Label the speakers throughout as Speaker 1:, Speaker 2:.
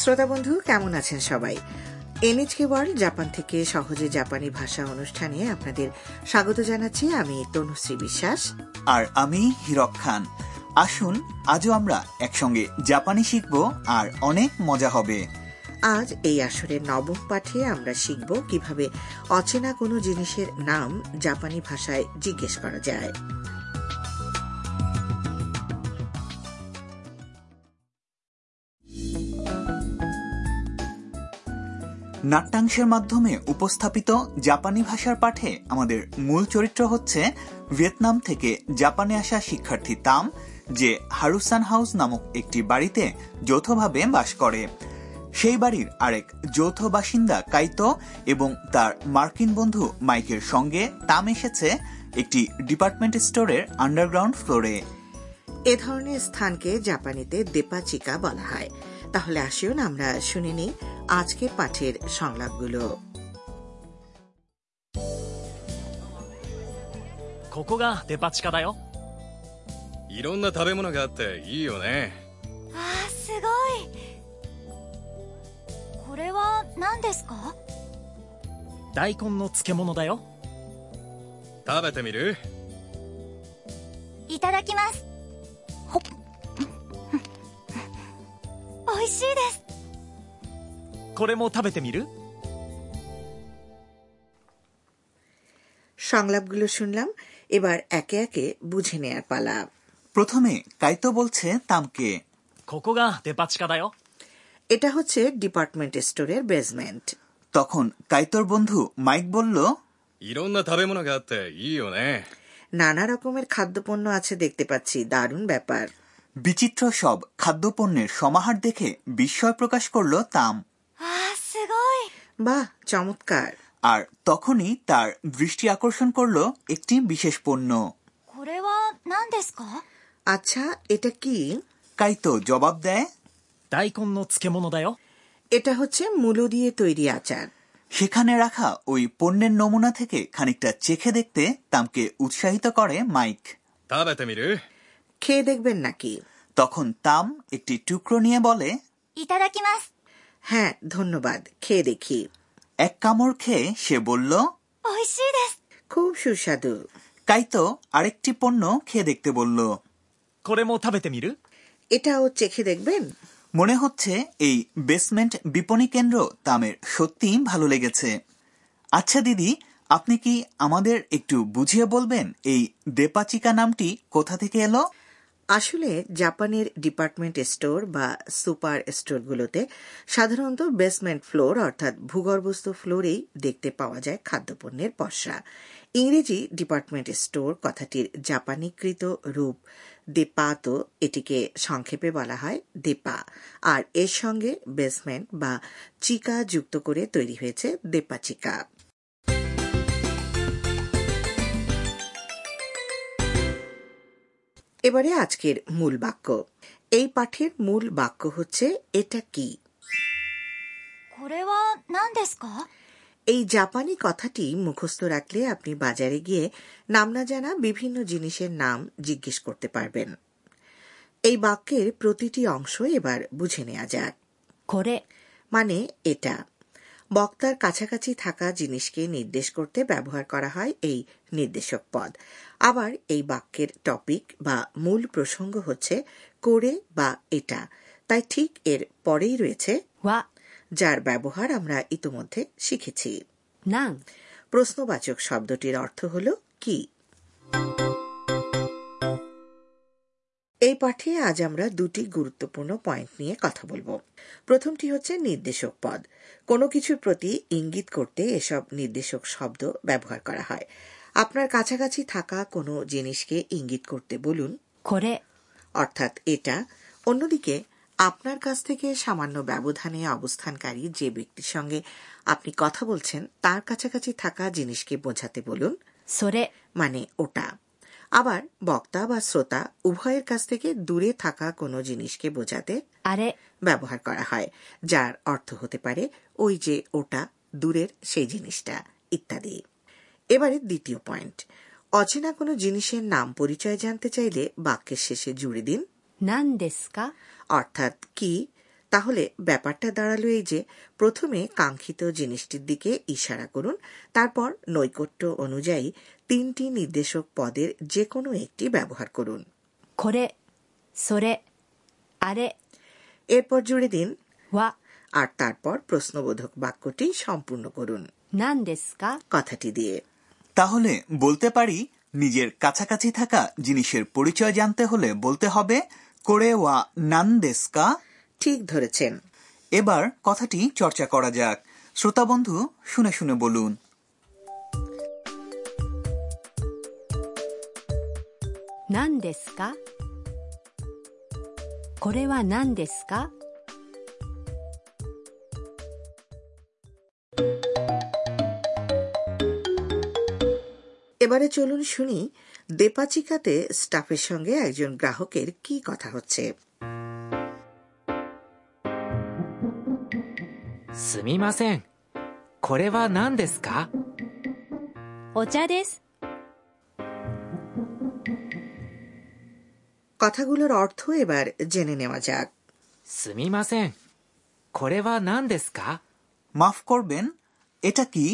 Speaker 1: শ্রোতা বন্ধু কেমন আছেন সবাই এনএচকে ওয়ার্ল্ড জাপান থেকে সহজে জাপানি ভাষা অনুষ্ঠানে আপনাদের স্বাগত জানাচ্ছি আমি তনুশ্রী বিশ্বাস
Speaker 2: আর আমি হিরক খান আসুন আজও আমরা একসঙ্গে জাপানি শিখব আর অনেক মজা হবে
Speaker 1: আজ এই আসরের নবম পাঠে আমরা শিখব কিভাবে অচেনা কোনো জিনিসের নাম জাপানি ভাষায় জিজ্ঞেস করা যায়
Speaker 2: নাট্যাংশের মাধ্যমে উপস্থাপিত জাপানি ভাষার পাঠে আমাদের মূল চরিত্র হচ্ছে ভিয়েতনাম থেকে জাপানে আসা শিক্ষার্থী তাম যে হারুসান হাউস নামক একটি বাড়িতে যৌথভাবে বাস করে সেই বাড়ির আরেক যৌথ বাসিন্দা কাইতো এবং তার মার্কিন বন্ধু মাইকের সঙ্গে তাম এসেছে একটি ডিপার্টমেন্ট স্টোরের আন্ডারগ্রাউন্ড ফ্লোরে
Speaker 1: এ ধরনের স্থানকে জাপানিতে দেপাচিকা বলা হয় তাহলে আসুন আমরা শুনে নিই আজকের পাঠের সংলাপগুলো
Speaker 3: ここがデパ地下だよ
Speaker 4: いろんな食べ物があっていいよね
Speaker 5: わあすごいこれは何ですか
Speaker 3: 大根の漬物だよ
Speaker 4: 食べてみる
Speaker 5: いただきますほっ美味しいです
Speaker 3: これも食べてみる
Speaker 1: সংলাপগুলো শুনলাম এবার একে একে বুঝে নেয়ার পালা
Speaker 2: প্রথমে কাইতো বলছে তামকে
Speaker 3: ここがデパ地下だよ
Speaker 1: এটা হচ্ছে ডিপার্টমেন্ট স্টোরের বেসমেন্ট
Speaker 2: তখন কাইতোর বন্ধু মাইক বলল
Speaker 4: いろんな食べ物があっていいよね
Speaker 1: নানা রকমের খাদ্যপণ্য আছে দেখতে পাচ্ছি দারুণ ব্যাপার
Speaker 2: বিচিত্র সব খাদ্যপণ্যের সমাহার দেখে বিস্ময় প্রকাশ করল তাম
Speaker 5: わあすごい
Speaker 1: বাহ চমৎকার
Speaker 2: আর তখনই তার দৃষ্টি আকর্ষণ করল একটি বিশেষ পণ্য
Speaker 5: これは何ですか
Speaker 1: আচ্ছা এটা কি
Speaker 2: কাইতো জবাব দেয়
Speaker 3: 大根の漬物だよ
Speaker 1: এটা হচ্ছে মূলো দিয়ে তৈরি আচার
Speaker 2: সেখানে রাখা ওই পণ্যের নমুনা থেকে খানিকটা চেখে দেখতে তামকে উৎসাহিত করে মাইক
Speaker 4: 食べてみる
Speaker 1: খেয়ে দেখবেন নাকি
Speaker 2: তখন তাম একটি টুকরো নিয়ে বলে
Speaker 5: いただきます
Speaker 1: হ্যাঁ ধন্যবাদ খেয়ে দেখি
Speaker 2: এক কামড় খেয়ে সে বলল
Speaker 5: 美味しいです
Speaker 1: খুব সুস্বাদু
Speaker 2: কাইতো আরেকটি পণ্য খেয়ে দেখতে বলল
Speaker 3: これも食べてみる
Speaker 1: এটাও চেখে দেখবেন
Speaker 2: মনে হচ্ছে এই বেসমেন্ট বিপণী কেন্দ্র তামের সত্যিই ভালো লেগেছে আচ্ছা দিদি আপনি কি আমাদের একটু বুঝিয়ে বলবেন এই দেপাচিকা নামটি কোথা থেকে এলো
Speaker 1: আসলে জাপানের ডিপার্টমেন্ট স্টোর বা সুপার স্টোরগুলোতে সাধারণত বেসমেন্ট ফ্লোর অর্থাৎ ভূগর্ভস্থ ফ্লোরেই দেখতে পাওয়া যায় খাদ্যপণ্যের পসরা ইংরেজি ডিপার্টমেন্ট স্টোর কথাটির জাপানিকৃত রূপ দেপা তো এটিকে সংক্ষেপে বলা হয় দেপা আর এর সঙ্গে বেসমেন্ট বা চিকা যুক্ত করে তৈরি হয়েছে দেপা চিকা এবারে আজকের মূল বাক্য এই পাঠের মূল বাক্য হচ্ছে এটা কি
Speaker 5: これは何ですか
Speaker 1: এই জাপানি কথাটি মুখস্থ রাখলে আপনি বাজারে গিয়ে নাম না জানা বিভিন্ন জিনিসের নাম জিজ্ঞেস করতে পারবেন এই বাক্যের প্রতিটি অংশ এবার বুঝে নেওয়া যাক
Speaker 5: これ
Speaker 1: মানে এটা বক্তার কাছাকাছি থাকা জিনিসকে নির্দেশ করতে ব্যবহার করা হয় এই নির্দেশক পদ আবার এই বাক্যের টপিক বা মূল প্রসঙ্গ হচ্ছে করে বা এটা তাই ঠিক এর পরেই রয়েছে
Speaker 5: は
Speaker 1: যার ব্যবহার আমরা ইতোমধ্যে শিখেছি
Speaker 5: 何
Speaker 1: প্রশ্নবাচক শব্দটির অর্থ হল কি এই পাঠে আজ আমরা দুটি গুরুত্বপূর্ণ পয়েন্ট নিয়ে কথা বলবো প্রথমটি হচ্ছে নির্দেশক পদ কোনো কিছুর প্রতি ইঙ্গিত করতে এসব নির্দেশক শব্দ ব্যবহার করা হয় আপনার কাছাকাছি থাকা কোনো জিনিসকে ইঙ্গিত করতে বলুন
Speaker 5: これ
Speaker 1: অর্থাৎ এটা অন্যদিকে আপনার কাছ থেকে সামান্য ব্যবধানে অবস্থানকারী যে ব্যক্তির সঙ্গে আপনি কথা বলছেন তার কাছাকাছি থাকা জিনিসকে বোঝাতে বলুন
Speaker 5: それ
Speaker 1: মানে ওটা আবার বক্তা বা শ্রোতা উভয়ের কাছ থেকে দূরে থাকা কোনো জিনিসকে বোঝাতে
Speaker 5: あれ
Speaker 1: ব্যবহার করা হয় যার অর্থ হতে পারে ওই যে ওটা দূরের সেই জিনিসটা ইত্যাদি এবারে দ্বিতীয় পয়েন্ট অচেনা কোনো জিনিসের নাম পরিচয় জানতে চাইলে বাক্যের শেষে জুড়ে দিন
Speaker 5: 何ですか
Speaker 1: অর্থাৎ কি তাহলে ব্যাপারটা দাঁড়ালো এই যে প্রথমে কাঙ্ক্ষিত জিনিসটির দিকে ইশারা করুন তারপর নৈকট্য অনুযায়ী তিনটি নির্দেশক পদের যে কোনো একটি ব্যবহার করুন
Speaker 6: これそれあれ
Speaker 1: এরপর জুড়ে দিন
Speaker 6: は
Speaker 1: আর তারপর প্রশ্নবোধক বাক্যটি সম্পূর্ণ করুন
Speaker 6: 何ですか
Speaker 1: কথাটি দিয়ে
Speaker 2: তাহলে বলতে পারি নিজের কাছাকাছি থাকা জিনিসের পরিচয় জানতে হলে বলতে হবে করে ওয়া নান দেস্কা
Speaker 1: ঠিক ধরেছেন
Speaker 2: এবার কথাটি চর্চা করা যাক শ্রোতা বন্ধু শুনে শুনে বলুন
Speaker 6: 何ですかこれは何ですか
Speaker 1: এবারে চলুন শুনি দেপাচিকাতে স্টাফের সঙ্গে একজন গ্রাহকের কি কথা হচ্ছে
Speaker 7: すみませんこれは何ですか
Speaker 6: お茶です
Speaker 1: কথাগুলোর অর্থ এবার জেনে নেওয়া যাক
Speaker 7: すみませんこれは何ですか
Speaker 2: মাফ করবেন এটা কি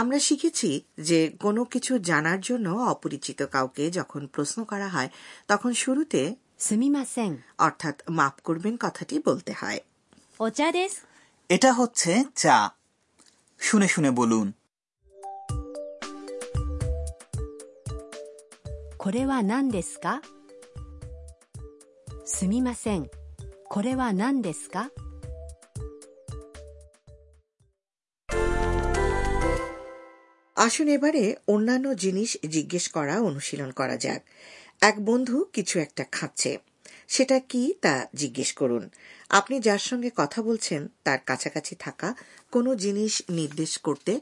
Speaker 1: আমরা শিখেছি যে কোনো কিছু জানার জন্য অপরিচিত কাউকে যখন প্রশ্ন করা হয় তখন শুরুতে
Speaker 6: すみません
Speaker 1: অর্থাৎ মাপ করবেন কথাটি বলতে হয়
Speaker 6: お茶です
Speaker 2: এটা হচ্ছে চা শুনে শুনে বলুন
Speaker 6: これは何ですかすみませんこれは何ですか
Speaker 1: আসুন এবারে অন্যান্য জিনিস জিজ্ঞেস করা অনুশীলন করা যাক এক বন্ধু কিছু একটা খাচ্ছে সেটা কি তা জিজ্ঞেস করুন আপনি যার সঙ্গে কথা বলছেন তার কাছাকাছি থাকা কোনো জিনিস নির্দেশ করতে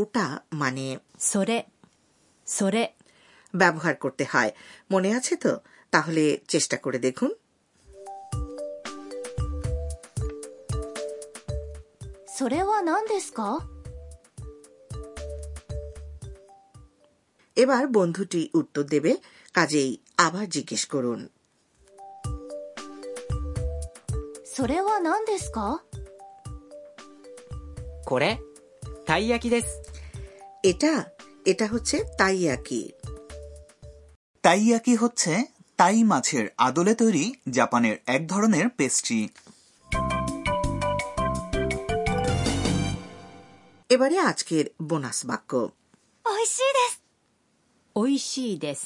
Speaker 1: ওটা মানে
Speaker 6: それそれ
Speaker 1: ব্যবহার করতে হয় মনে আছে তো তাহলে চেষ্টা করে দেখুন
Speaker 5: それは何ですか
Speaker 1: এবার বন্ধুটি উত্তর দেবে কাজেই আবার জিজ্ঞেস করুন
Speaker 5: それは何ですか
Speaker 7: これたい焼きです
Speaker 1: এটা এটা হচ্ছে তাই একই
Speaker 2: তাইয়াকি হচ্ছে তাই মাছের আদলে তৈরি জাপানের এক ধরনের পেস্ট্রি
Speaker 1: এবারে আজকের বোনাস বাক্য
Speaker 5: 美味しいです
Speaker 6: おいしいです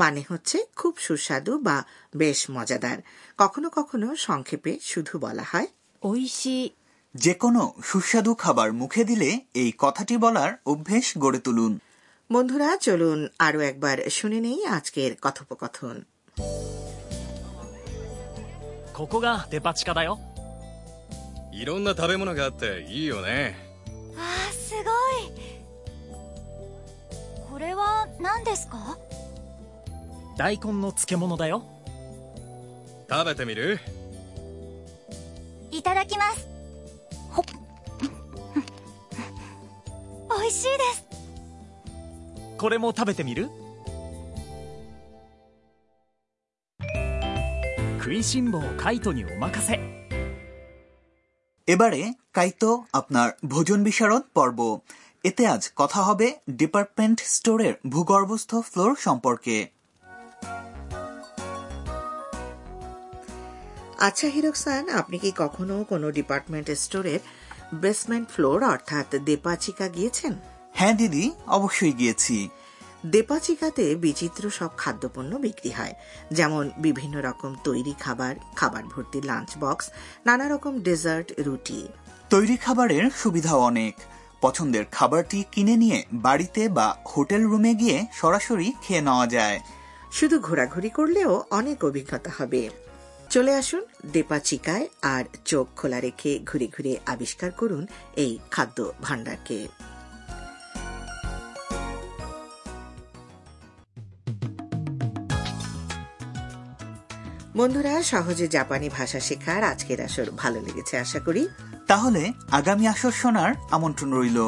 Speaker 1: মানে হচ্ছে খুব সুস্বাদু বা বেশ মজাদার কখনো কখনো সংক্ষেপে শুধু বলা হয়
Speaker 6: おいしい
Speaker 2: যে কোনো সুস্বাদু খাবার মুখে দিলে এই কথাটি বলার অভ্যেস গড়ে তুলুন
Speaker 1: বন্ধুরা চলুন আরও একবার শুনে নেই আজকের কথোপকথন
Speaker 3: ここがデパ地下だよ
Speaker 4: いろんな食べ物があっていいよね
Speaker 5: あーすごいこれは何ですか
Speaker 3: 大根の漬物だよ
Speaker 4: 食べてみる
Speaker 5: いただきますほっ美味しいです
Speaker 3: これも食べてみる食いしん坊カイトにお任せ
Speaker 2: এবারে কাইতো আপনার ভোজন বিশারদ পর্ব এতে আজ কথা হবে ডিপার্টমেন্ট স্টোরের ভূগর্ভস্থ ফ্লোর সম্পর্কে
Speaker 1: আচ্ছা হিরক সান আপনি কি কখনো কোনো ডিপার্টমেন্ট স্টোরের বেসমেন্ট ফ্লোর অর্থাৎ দেপাচিকা গিয়েছেন
Speaker 2: হ্যাঁ দিদি অবশ্যই গিয়েছি
Speaker 1: দেপাচিকাতে বিচিত্র সব খাদ্যপণ্য বিক্রি হয় যেমন বিভিন্ন রকম তৈরি খাবার খাবার ভর্তি লাঞ্চ বক্স নানা রকম ডেজার্ট রুটি
Speaker 2: তৈরি খাবারের সুবিধা অনেক পছন্দের খাবারটি কিনে নিয়ে বাড়িতে বা হোটেল রুমে গিয়ে সরাসরি খেয়ে নেওয়া যায়
Speaker 1: শুধু ঘোরাঘুরি করলেও অনেক অভিজ্ঞতা হবে চলে আসুন দেপাচিকায় আর চোখ খোলা রেখে ঘুরে ঘুরে আবিষ্কার করুন এই খাদ্য ভাণ্ডারকে বন্ধুরা সহজে জাপানি ভাষা শেখার আজকের আসর ভালো লেগেছে আশা করি
Speaker 2: তাহলে আগামী আসর শোনার আমন্ত্রণ রইল